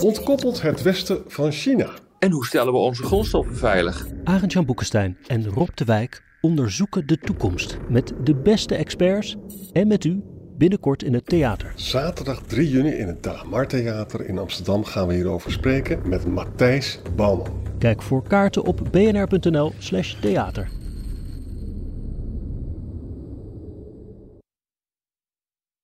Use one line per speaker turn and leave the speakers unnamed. Ontkoppelt het Westen van China?
En hoe stellen we onze grondstoffen veilig?
Arend-Jan Boekenstein en Rob de Wijk onderzoeken de toekomst met de beste experts en met u binnenkort in het theater.
Zaterdag 3 juni in het Dagmar Theater in Amsterdam gaan we hierover spreken met Matthijs Bouwman.
Kijk voor kaarten op bnr.nl/slash theater.